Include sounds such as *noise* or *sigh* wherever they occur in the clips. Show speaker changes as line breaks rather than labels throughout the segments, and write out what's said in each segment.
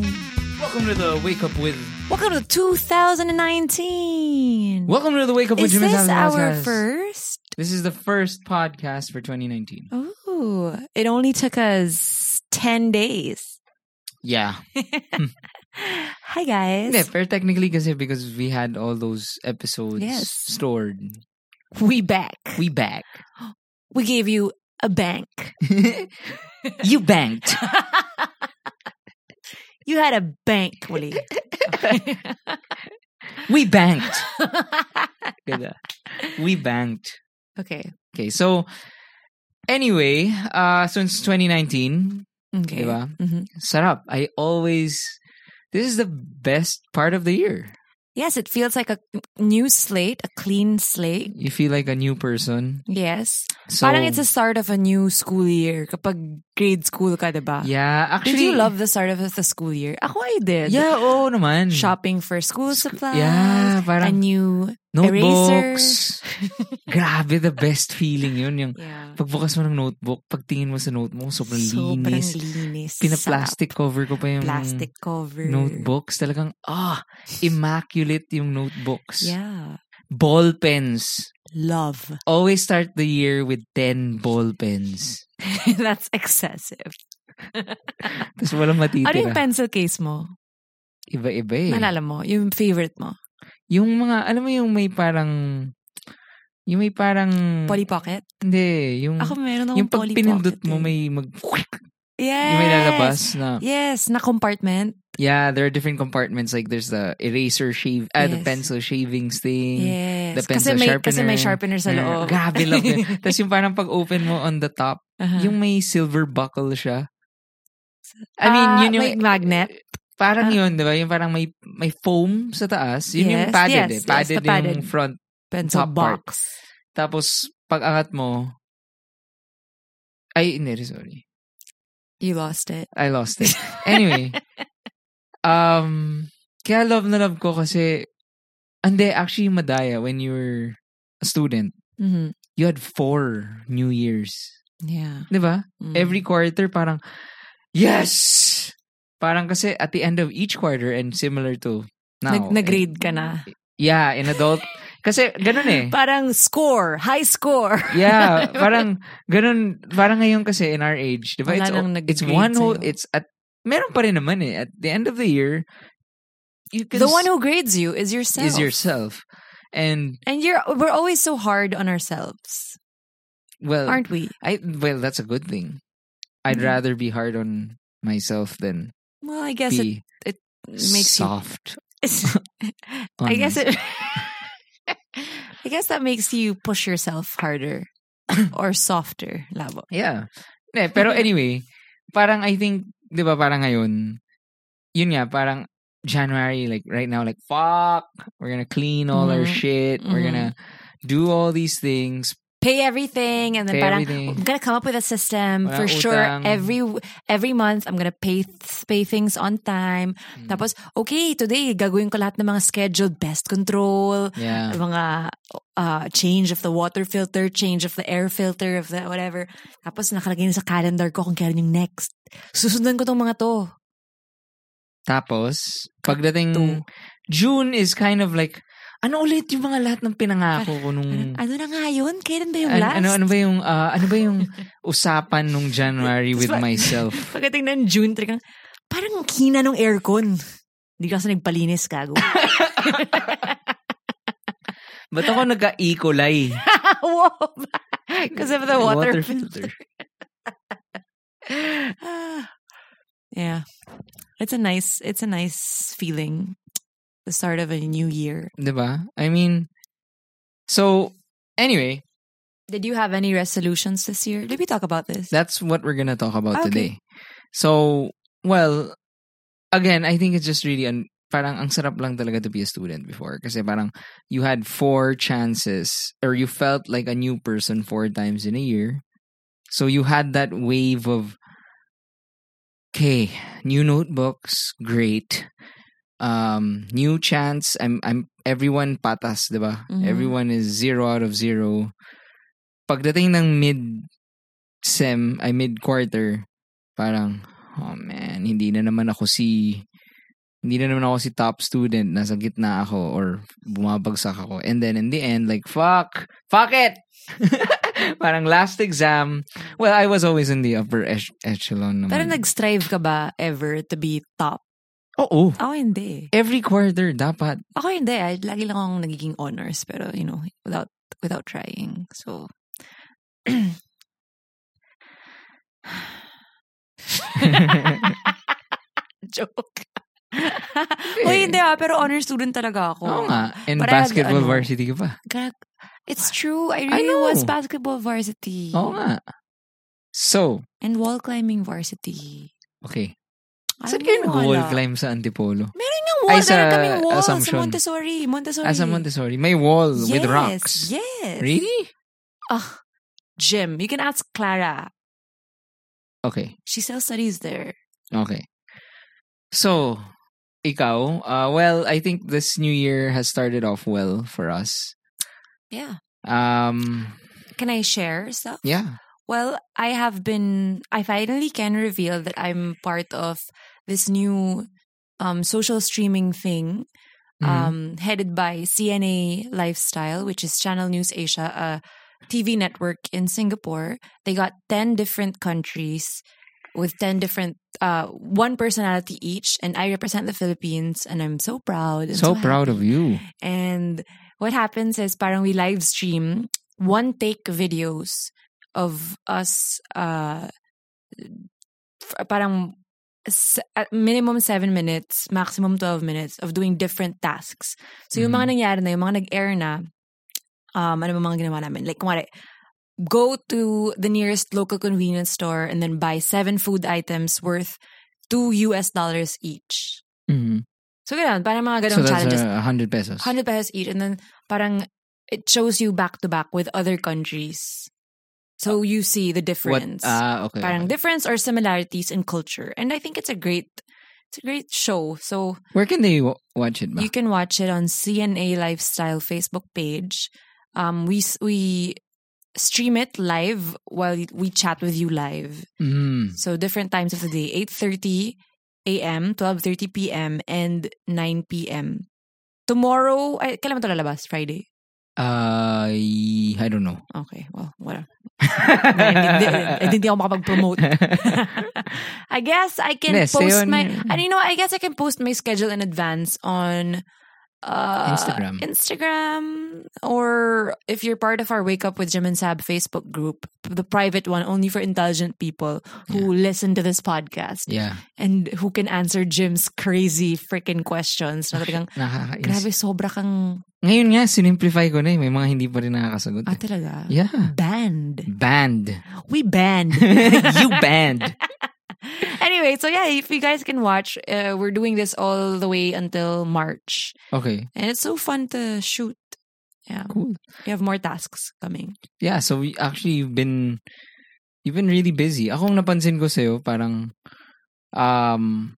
Welcome to the Wake Up with.
Welcome to 2019.
Welcome to the Wake Up
Is
with Jimmy
this
Fallon
our
podcast.
first?
This is the first podcast for 2019.
Oh, it only took us 10 days.
Yeah,
Hi, guys.
yeah. Fair technically, kasi because we had all those episodes
Yes.
stored.
We back.
We
*laughs*
back.
We gave you a
*laughs*
bank.
you banked.
You had a bank, Willie.
We
*laughs*
banked. Diba? we banked.
okay.
Okay, so anyway, uh, since 2019,
Okay.
Diba?
Mhm.
sarap. I always. This is the best part of the year.
Yes, it feels like a new slate, a clean slate.
You feel like a new person.
Yes.
So,
Parang it's the start of a new school year kapag grade school ka, diba?
yeah. Actually,
Did you love the start of the school year? Ako, I did.
Yeah, oo naman.
Shopping for school supplies.
Mm. Yeah,
A
parang
new
notebooks. *laughs* Grabe, the best feeling yun. Yung
Yeah.
pagbukas mo ng notebook, pagtingin mo sa notebook, sobrang
Sobrang
linis.
linis.
Pina-plastic cover ko pa
Sarap.
yung
Plastic cover.
notebooks. Talagang, ah, immaculate yung notebooks.
Yeah.
Ball pens.
Love.
*laughs* Always start the year with 10 ball pens.
That's excessive.
Tapos walang matitira.
Ano yung pencil case mo?
Iba-iba eh.
Nalala mo? Yung favorite mo?
Yung mga, alam mo yung may parang, yung may parang,
Polly Pocket?
hindi, yung,
Ako meron akong
Mm. yung pag
Polly
pinindot
Pocket
mo
eh.
may mag,
Yes.
yung may lalabas na,
Yes, na compartment.
yeah, there are different compartments, like there's the eraser shave, ah, the
Yes.
pencil shavings thing.
Yes.
Mm. The
kasi,
pencil
may,
sharpener.
kasi may sharpener sa
Ah,
loob.
Grabe lang yun. Tapos yung parang pag open mo on the top,
*laughs* Uh-huh.
yung may silver buckle siya. I mean,
Ah,
yun yung... eh,
may magnet.
Parang
Ah.
yun, di ba? Yung parang may may foam sa taas. Yun yung
Yes,
padded
yes,
eh.
yes,
Padded,
the padded.
yung front.
Pencil
top part.
box.
Tapos, pag angat mo, ay, hindi, sorry.
You lost it.
I lost it.
*laughs*
Anyway, um, kaya love na love ko kasi, hindi, actually, Madaya, when you were a student,
Mhm.
you had four New Year's.
Yeah.
Di ba?
Mm.
Every quarter, parang, yes! Parang kasi at the end of each quarter and similar to now. eh,
Nag- nag-grade ka na.
Yeah, in adult. kasi ganun eh.
Parang score, high score.
*laughs*
*laughs*
Yeah, parang ganun, parang ngayon kasi in our age, 'di ba?
Wala
It's,
nang
it's
nag-grade
one whole
sa'yo.
it's at meron pa rin naman eh. At the end of the year, you can
The one who grades you is
s-
yourself.
is yourself. And
And you're we're always so hard on ourselves,
well,
aren't we?
I well, that's a good thing. I'd
Mhm.
rather be hard on myself than
Well, I guess it
be
makes *laughs*
soft.
you
on
I guess it *laughs* I guess that makes you push yourself harder
*coughs*
or softer, labo.
Yeah. Ne, pero anyway, parang I think, di ba parang ngayon, yun nga, parang January, like right now, like, fuck, we're gonna clean all our
Mhm.
shit, we're gonna do all these things.
Pay everything and then
Pay
parang oh,
everything.
I'm going to come up with a system
Walang
for sure
Mm. utang.
every every month I'm going to pay th- pay things on time.
Mm.
Tapos okay, today gagawin ko lahat ng mga scheduled pest control,
Yeah.
mga uh, change of the water filter, change of the air filter, of the whatever. Tapos nakalagay na sa calendar ko kung kailan yung next. Susundan ko tong mga to.
Tapos, pagdating,
Two.
June is kind of like, ano ulit yung mga lahat ng pinangako ko nung...
Ano na nga yun? Kailan ba yung
Mm. An-
last?
ano ano ba yung ah, ano ba yung usapan
*laughs*
nung January with
Tapos pa-
myself?
*laughs* Pagdating ng June, talagang, parang ang hina ng aircon. Hindi kasi nagpalinis, gago.
Ba't ako nagka-E. coli?
Wow! *laughs* Because of the *laughs* water, filter. Ah. yeah. It's a nice, it's a nice feeling. The start of a new year.
'Di ba? I mean, so, anyway,
Did you have any resolutions this year? Did we talk about this?
that's what we're gonna talk about
Okay.
today. So, well, again, I think it's just really, an, parang ang sarap lang talaga to be a student before. Kasi parang you had four chances or you felt like a new person four times in a year. So you had that wave of, okay, new notebooks, great. Um, new chance. I'm, I'm, everyone patas, di ba?
Mhm.
Everyone is zero out of zero. Pagdating ng mid sem, ay mid quarter, parang, oh man, hindi na naman ako si hindi na naman ako si top student, nasa gitna ako or bumabagsak ako. And then in the end, like, fuck, fuck it! *laughs* Parang last exam. Well, I was always in the upper ech- echelon naman.
Pero nag-strive ka ba ever to be top?
Oo.
Ako hindi.
Every quarter,
*laughs*
dapat.
Ako hindi. I, lagi lang akong nagiging honors. Pero, you know, without without trying. So, *clears throat* joke. Uy, hindi ah. Pero honor student talaga ako.
Oo nga. And
But I had,
basketball
ano,
varsity ka pa.
Gra- It's true. I really
know.
was basketball varsity.
Oo nga. So,
And wall climbing varsity.
okay.
Alam
Saan
mo,
kayo nag-wall
wala.
climb sa Antipolo?
Meron nga wall.
Ay, sa
Meron kaming wall
Assumption.
sa Montessori. Montessori.
As a Ah, Montessori, may wall
yes,
with rocks.
Yes.
Really?
Ugh. Jim, you can ask Clara.
Okay.
She still studies there.
Okay. So, ikaw, uh, well, I think this new year has started off well for us.
Yeah.
Um,
Can I share stuff?
yeah.
Well, I have been, I finally can reveal that I'm part of this new um, social streaming thing
Mhm.
um, headed by CNA Lifestyle, which is Channel News Asia, a TV network in Singapore. They got 10 different countries with 10 different, uh, one personality each. And I represent the Philippines, and I'm so proud. and
so proud
happy.
of you.
And what happens is parang we live stream one take videos of us uh f- parang s- at minimum 7 minutes, maximum 12 minutes of doing different tasks. So yung
Mm-hmm.
mga nangyari na, yung mga nag-air na, um, ano ba mga ginawa namin? Like, kumari, go to the nearest local convenience store and then buy seven food items worth 2 US dollars each.
Mhm.
So, ganun, parang mga
So
ganung
that's
challenges.
uh, 100 pesos.
100 pesos each and then parang it shows you back to back with other countries so you see the
Uh, What?
difference
Ah, okay.
parang
okay.
difference or similarities in culture and i think it's a great it's a great show so
Where can they w- watch it? Ba?
you can watch it on cna lifestyle facebook page um we s- we stream it live while we chat with you live
Mhm.
so different times of the day 8:30 a.m., 12:30 p.m. and 9 p.m. Tomorrow, ay, kailan ba ito lalabas? Friday?
Uh, y- I
*laughs*
don't know.
Okay, well, whatever. *laughs*
*laughs*
Hindi hindi ako makapag-promote. *laughs* I guess I can
Hindi, stay
post
on-
my, and you know, I guess I can post my schedule in advance on uh,
Instagram.
Instagram, or if you're part of our Wake Up with Jim and Sab Facebook group, the private one only for intelligent people who listen to this podcast.
yeah.
and who can answer Jim's crazy freaking questions. Na talagang,
Nakakainis.
grabe, sobra kang,
Ngayon nga, sinimplify ko na eh. May mga hindi pa rin nakakasagot.
ah,
eh.
talaga?
Yeah.
Banned. *laughs*
Banned. *laughs*
We banned.
you banned.
*laughs* anyway, so yeah, if you guys can watch, uh, we're doing this all the way until March.
Okay,
And it's so fun to shoot. Yeah.
cool.
We have more tasks coming.
Yeah, so we actually you've been you've been really busy. Ako ang napansin ko sa'yo, parang um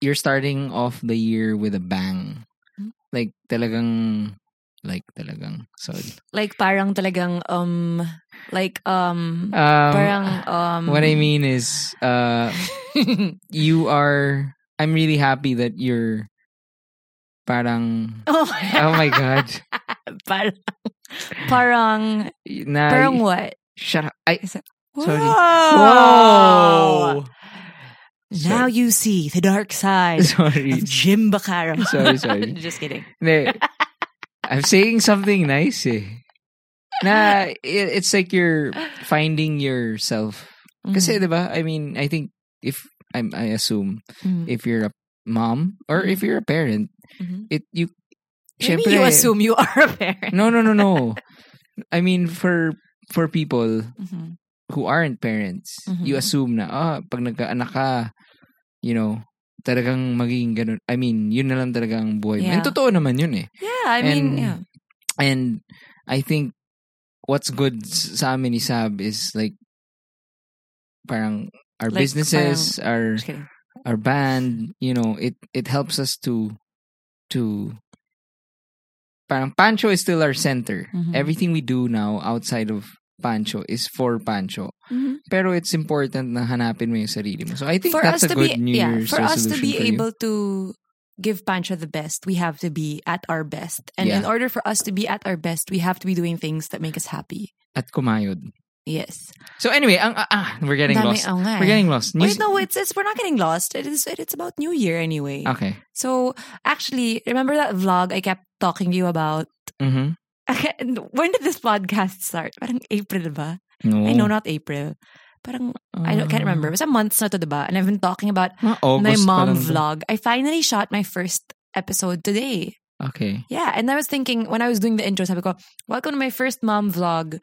you're starting off the year with a bang.
Hmm.
Like talagang like talagang solid.
Like parang talagang, um, like, um,
Um, *sighs*
parang, um.
what I mean is uh you are I'm really happy that you're parang
*laughs* oh,
oh my god.
*laughs* parang, parang,
Na,
parang what?
shut up. I, Sorry.
Whoa!
Whoa!
Now you see the dark side
*laughs* Sorry.
of Jim Baccaro.
Sorry, sorry.
*laughs* Just kidding.
Hindi. I'm saying something nice eh. Na, i- it's like you're finding yourself. Kasi, di ba, I mean, I think, if, I'm, I assume,
Mm.
if you're a mom, or if you're a parent,
Mhm.
it, you,
Maybe
syempre-
you assume you are a parent.
No, no, no, no. I mean, for, for people
Mhm.
who aren't parents,
Mhm.
you assume na, ah, pag nagkaanak ka, you know, talagang magiging ganun. I mean, yun na lang talagang buhay. mo.
Yeah.
And totoo naman yun eh.
Yeah, I mean,
And-
yeah.
And I think what's good s- sa amin ni Sab is like parang our
Like,
businesses, our
Just kidding.
our band, you know, it it helps us to to parang Pancho is still our center.
Mhm.
Everything we do now outside of Pancho is for Pancho.
Mhm.
Pero it's important na hanapin mo yung sarili mo. So I think
For
that's
us to
a good
be
New
yeah,
Year's
for us to
resolution
be
for you.
able to give Pancho the best, we have to be at our best. And in
Yeah.
order for us to be at our best, we have to be doing things that make us happy.
At kumayod.
Yes.
So anyway, ang, ah, ah, we're getting
Dami-
lost.
oo nga
We're
eh.
getting lost. New
Wait, no, it's, it's we're not getting lost. It is it, it's about New Year anyway.
Okay.
So actually, remember that vlog I kept talking to you about? *laughs*
Mm-hmm.
Okay, and when did this podcast start? Parang April ba?
No.
I know not April. Parang I don't, can't
Uh.
remember. It was a month na to, diba? And I've been talking about
Mga Ah, August
my
pa
mom
lang to.
vlog. I finally shot my first episode today.
Okay.
Yeah, and I was thinking when I was doing the intro, sabi ko, welcome to my first mom vlog.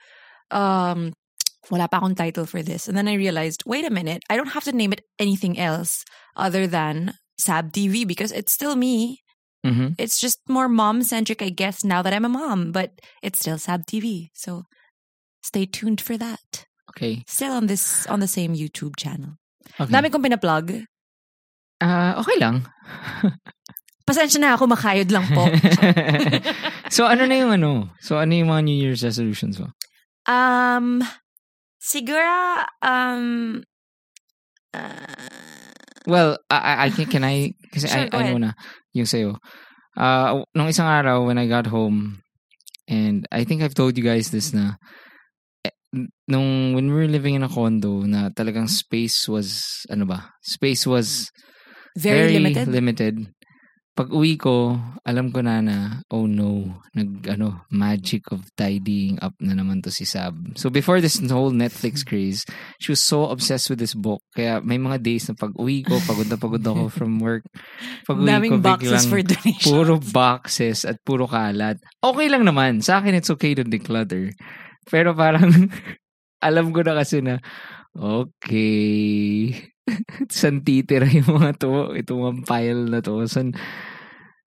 Um, wala pa akong title for this. And then I realized, wait a minute, I don't have to name it anything else other than Sab TV because it's still me.
Mm-hmm.
It's just more mom centric, I guess, now that I'm a mom, but it's still Sab TV. So stay tuned for that.
Okay.
Still on this on the same YouTube channel.
Okay.
Dami kong pinaplug.
Ah, okay lang.
Pasensya na ako, makayod lang
*laughs*
po.
so ano na yung ano? So ano yung mga New Year's resolutions mo?
*laughs* Um, siguro, um, uh,
Well, I, I- I can, can I, kasi
Sure,
I,
go
I know na yung sa'yo. Uh, nung isang araw when I got home, and I think I've told you guys this na, eh, nung, when we were living in a condo, na talagang space was, ano ba, space was
very, limited.
Pag uwi ko, alam ko na na, oh no, nag, ano, magic of tidying up na naman to si Sab. So before this
*laughs*
whole Netflix craze, she was so obsessed with this book. Kaya may mga days na pag uwi ko, pagod na pagod ako
*laughs*
from work. Pag uwi ko,
Daming boxes
biglang
for *laughs* donation.
puro boxes at puro kalat. Okay lang naman. Sa akin, it's okay to declutter. Pero parang, *laughs* alam ko na kasi na, okay, *laughs* saan titira yung mga to, itong mga pile na to, saan,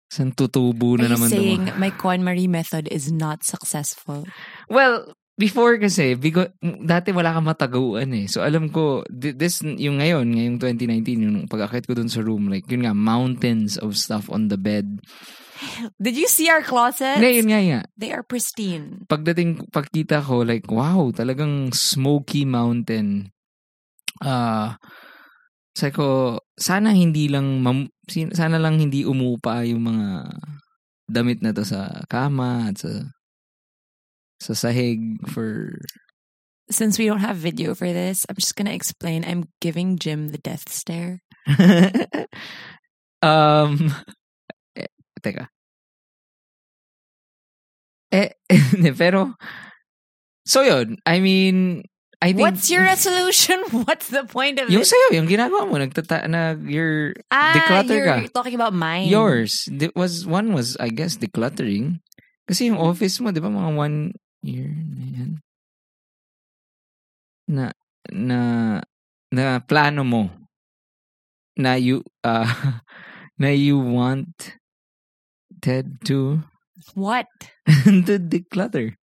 saan tutubo
Are you
na naman to mga-
saying my Quan Marie method is not successful?
Well, before kasi, bigo, dati wala kang mataguan eh. So alam ko, thi- this, yung ngayon, ngayong 2019, yung pag-akit ko dun sa room, like, yun nga, mountains of stuff on the bed.
Did you see our closets?
Hindi, yun nga, yun nga.
They are pristine.
pagdating pagkita ko like wow talagang smoky mountain ah sabi ko sana hindi lang mam- sin- sana lang hindi umupa yung mga damit na to sa kama at sa sa sahig for *laughs*
Since we don't have video for this, I'm just going to explain. I'm giving Jim the death stare.
um eh, teka eh *laughs* pero so yun I mean I think
What's
*laughs*
your resolution? *laughs* What's the point of it?
Yung sa'yo, yung ginagawa mo, nagtata, nag, your,
Ah,
declutter
you're
ka.
talking about mine.
yours, di- was, one was, I guess, decluttering. Kasi yung office mo, di ba, mga one year na yan? Na, na, na plano mo na you, uh, *laughs* na you want Ted to, *laughs*
What?
to declutter.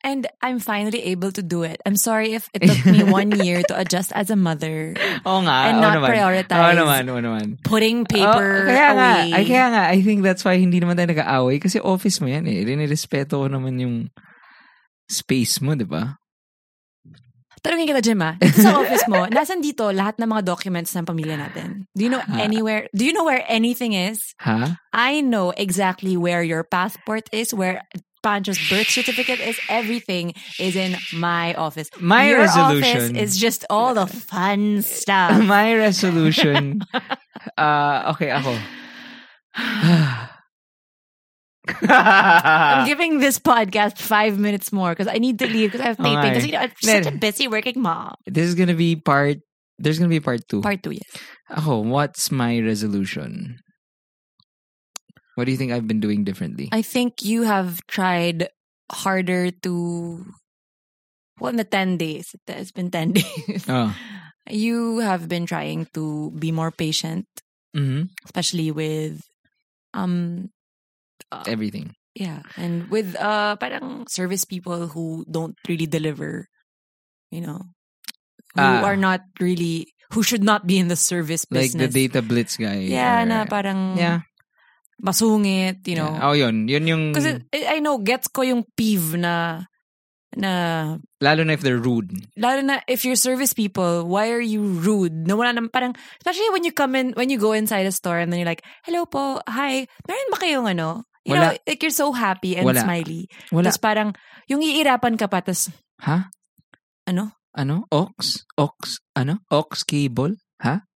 And I'm finally able to do it. I'm sorry if it took
*laughs*
me one year to adjust as a mother
Oo nga,
and
Ah, oo
not
naman.
prioritize
Oo naman, oo naman.
putting
Oh,
paper
kaya nga,
away.
ay, kaya nga, I think that's why hindi naman tayo nag-aaway kasi office mo yan eh. Rinirespeto ko naman yung space mo, di ba?
Tanungin kita, Jim, ah. Dito sa office mo, *laughs* nasan dito lahat ng mga documents ng pamilya natin? Do you know
Ah.
anywhere? Do you know where anything is?
Ha?
I know exactly where your passport is, where Pancho's birth certificate is. Everything is in my office.
My
your office
resolution. *laughs*
is just all the fun stuff.
My
*laughs*
resolution. Ah, okay, ako. Ah.
I'm
*sighs*
giving this podcast five minutes more because I need to leave because I have
Okay.
taping. Because you know, I'm such a
Then-
busy working mom.
This is gonna be part, there's gonna be part two.
Part two, yes.
Ako, what's my resolution? What do you think I've been doing differently?
I think you have tried harder to. Well, in the 10 days, it's been 10 *laughs* days.
oh.
You have been trying to be more patient,
mhm.
especially with. um
Everything.
Yeah. And with uh, parang service people who don't really deliver, you know, who
Ah.
are not really. Who should not be in the service
Like
business?
the data blitz guy.
Yeah,
or-
na parang
Yeah.
masungit, you know.
Yeah. Oh, yun. Yun yung...
Kasi I I know, gets ko yung peeve na na
Lalo na if they're rude.
lalo na if you're service people, why are you rude? No, wala nam, parang, especially when you come in, when you go inside a store and then you're like, hello po, hi, meron ba kayong ano? You know,
Wala.
like you're so happy and
Wala.
smiley.
Wala.
Tapos parang, yung iirapan ka pa, tapos,
Ha?
ano?
Ano? Ox? Ox? Ano? Ox cable?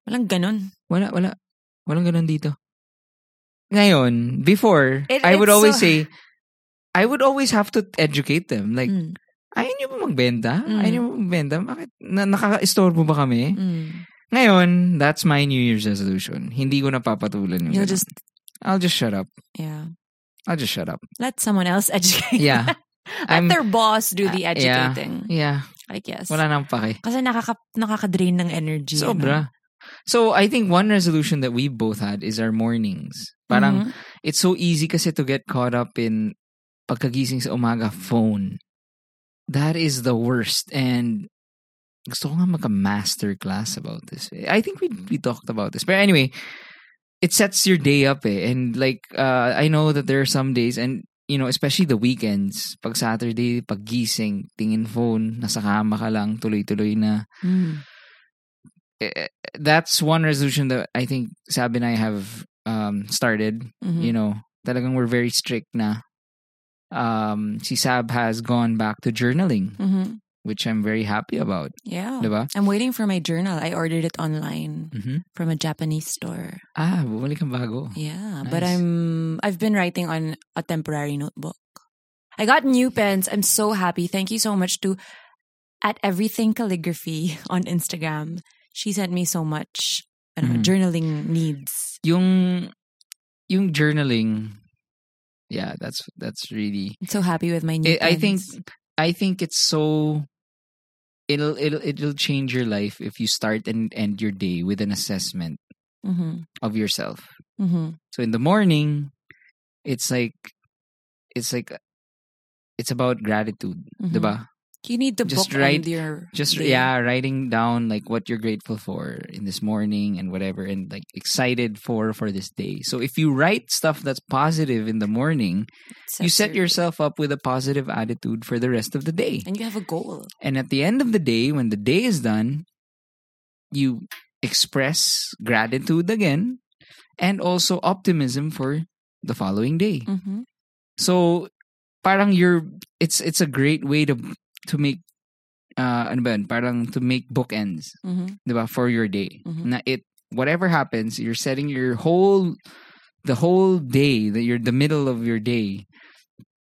Walang ganun.
Wala, wala. Walang ganun dito. Ngayon, before,
It-
I would
it's
always
so-
say, I would always have to educate them. Like,
Mm,
ayaw niyo ba magbenta?
Mm.
Ayaw niyo ba magbenta? Bakit? Na, nakaka-istorbo ba kami?
mm.
Ngayon, that's my New Year's resolution. Hindi ko napapatulan yung
You'll
ganun.
just,
I'll just shut up.
yeah.
I'll just shut up. *laughs*
Let someone else *laughs* educate.
Yeah.
Let
I'm,
their boss do the
Ah, yeah.
educating,
yeah.
I guess.
Wala nang pake.
Kasi nakaka, nakaka-drain ng energy. ano?
Sobra. So, I think one resolution that we both had is our mornings.
Mhm.
Parang, it's so easy kasi to get caught up in pagkagising sa umaga phone. That is the worst and gusto ko nga magka master class about this. I think we we talked about this. But anyway, it sets your day up eh. And like uh, I know that there are some days and you know, especially the weekends, pag Saturday, pag gising, tingin phone, nasa kama ka lang, tuloy-tuloy na
Mm.
eh, that's one resolution that I think Sab and I have um, started.
Mhm.
You know, talagang we're very strict na. Um, si Sab has gone back to journaling,
Mhm.
which I'm very happy about.
Yeah.
Diba?
I'm waiting for my journal. I ordered it online
Mhm.
from a Japanese store.
Ah, bumalik ang bago.
Yeah, but
Nice.
I'm I've been writing on a temporary notebook. I got new pens. I'm so happy. Thank you so much to at everything calligraphy *laughs* on Instagram. She sent me so much ano,
Mhm.
journaling needs.
Yung, yung journaling, yeah, that's, that's really,
I'm so happy with my new
I I think,
pens.
I think it's so, it'll, it'll, it'll change your life if you start and end your day with an assessment
Mhm.
of yourself.
Mhm.
So in the morning, it's like it's like it's about gratitude,
Mhm.
diba?
You need to
Just
book
write-
on your
Just
day.
yeah, writing down like what you're grateful for in this morning and whatever and like excited for for this day. So if you write stuff that's positive in the morning, you set
your
yourself up with a positive attitude for the rest of the day.
and you have a goal.
And at the end of the day, when the day is done, you express gratitude again and also optimism for the following day.
Mhm.
So parang you're it's it's a great way to to make uh ano ba yun? parang to make bookends,
Mhm.
'di ba, for your day.
Mhm.
Na it whatever happens, you're setting your whole the whole day, that you're the middle of your day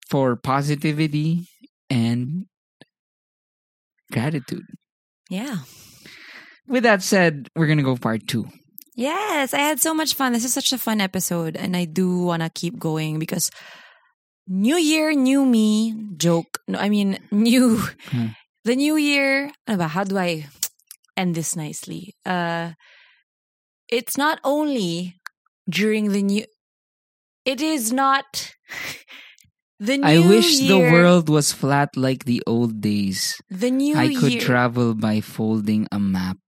for positivity and gratitude.
Yeah.
With that said, we're going to go part 2.
Yes, I had so much fun. This is such a fun episode, and I do want to keep going because New Year, new me joke. No, I mean *laughs* new
Hmm.
the new year. ano ba, How do I end this nicely? Uh, it's not only during the new. It is not *laughs* the new.
I wish the
year-
world was flat like the old days.
The new
I could
year.
travel by folding a map.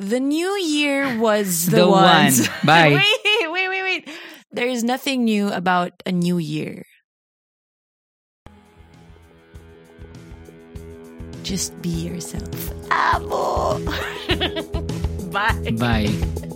The new year was the,
The one.
ones. *laughs*
Bye.
wait, wait, wait, wait. There is nothing new about a new year. Just be yourself. Amo. Bye.
Bye.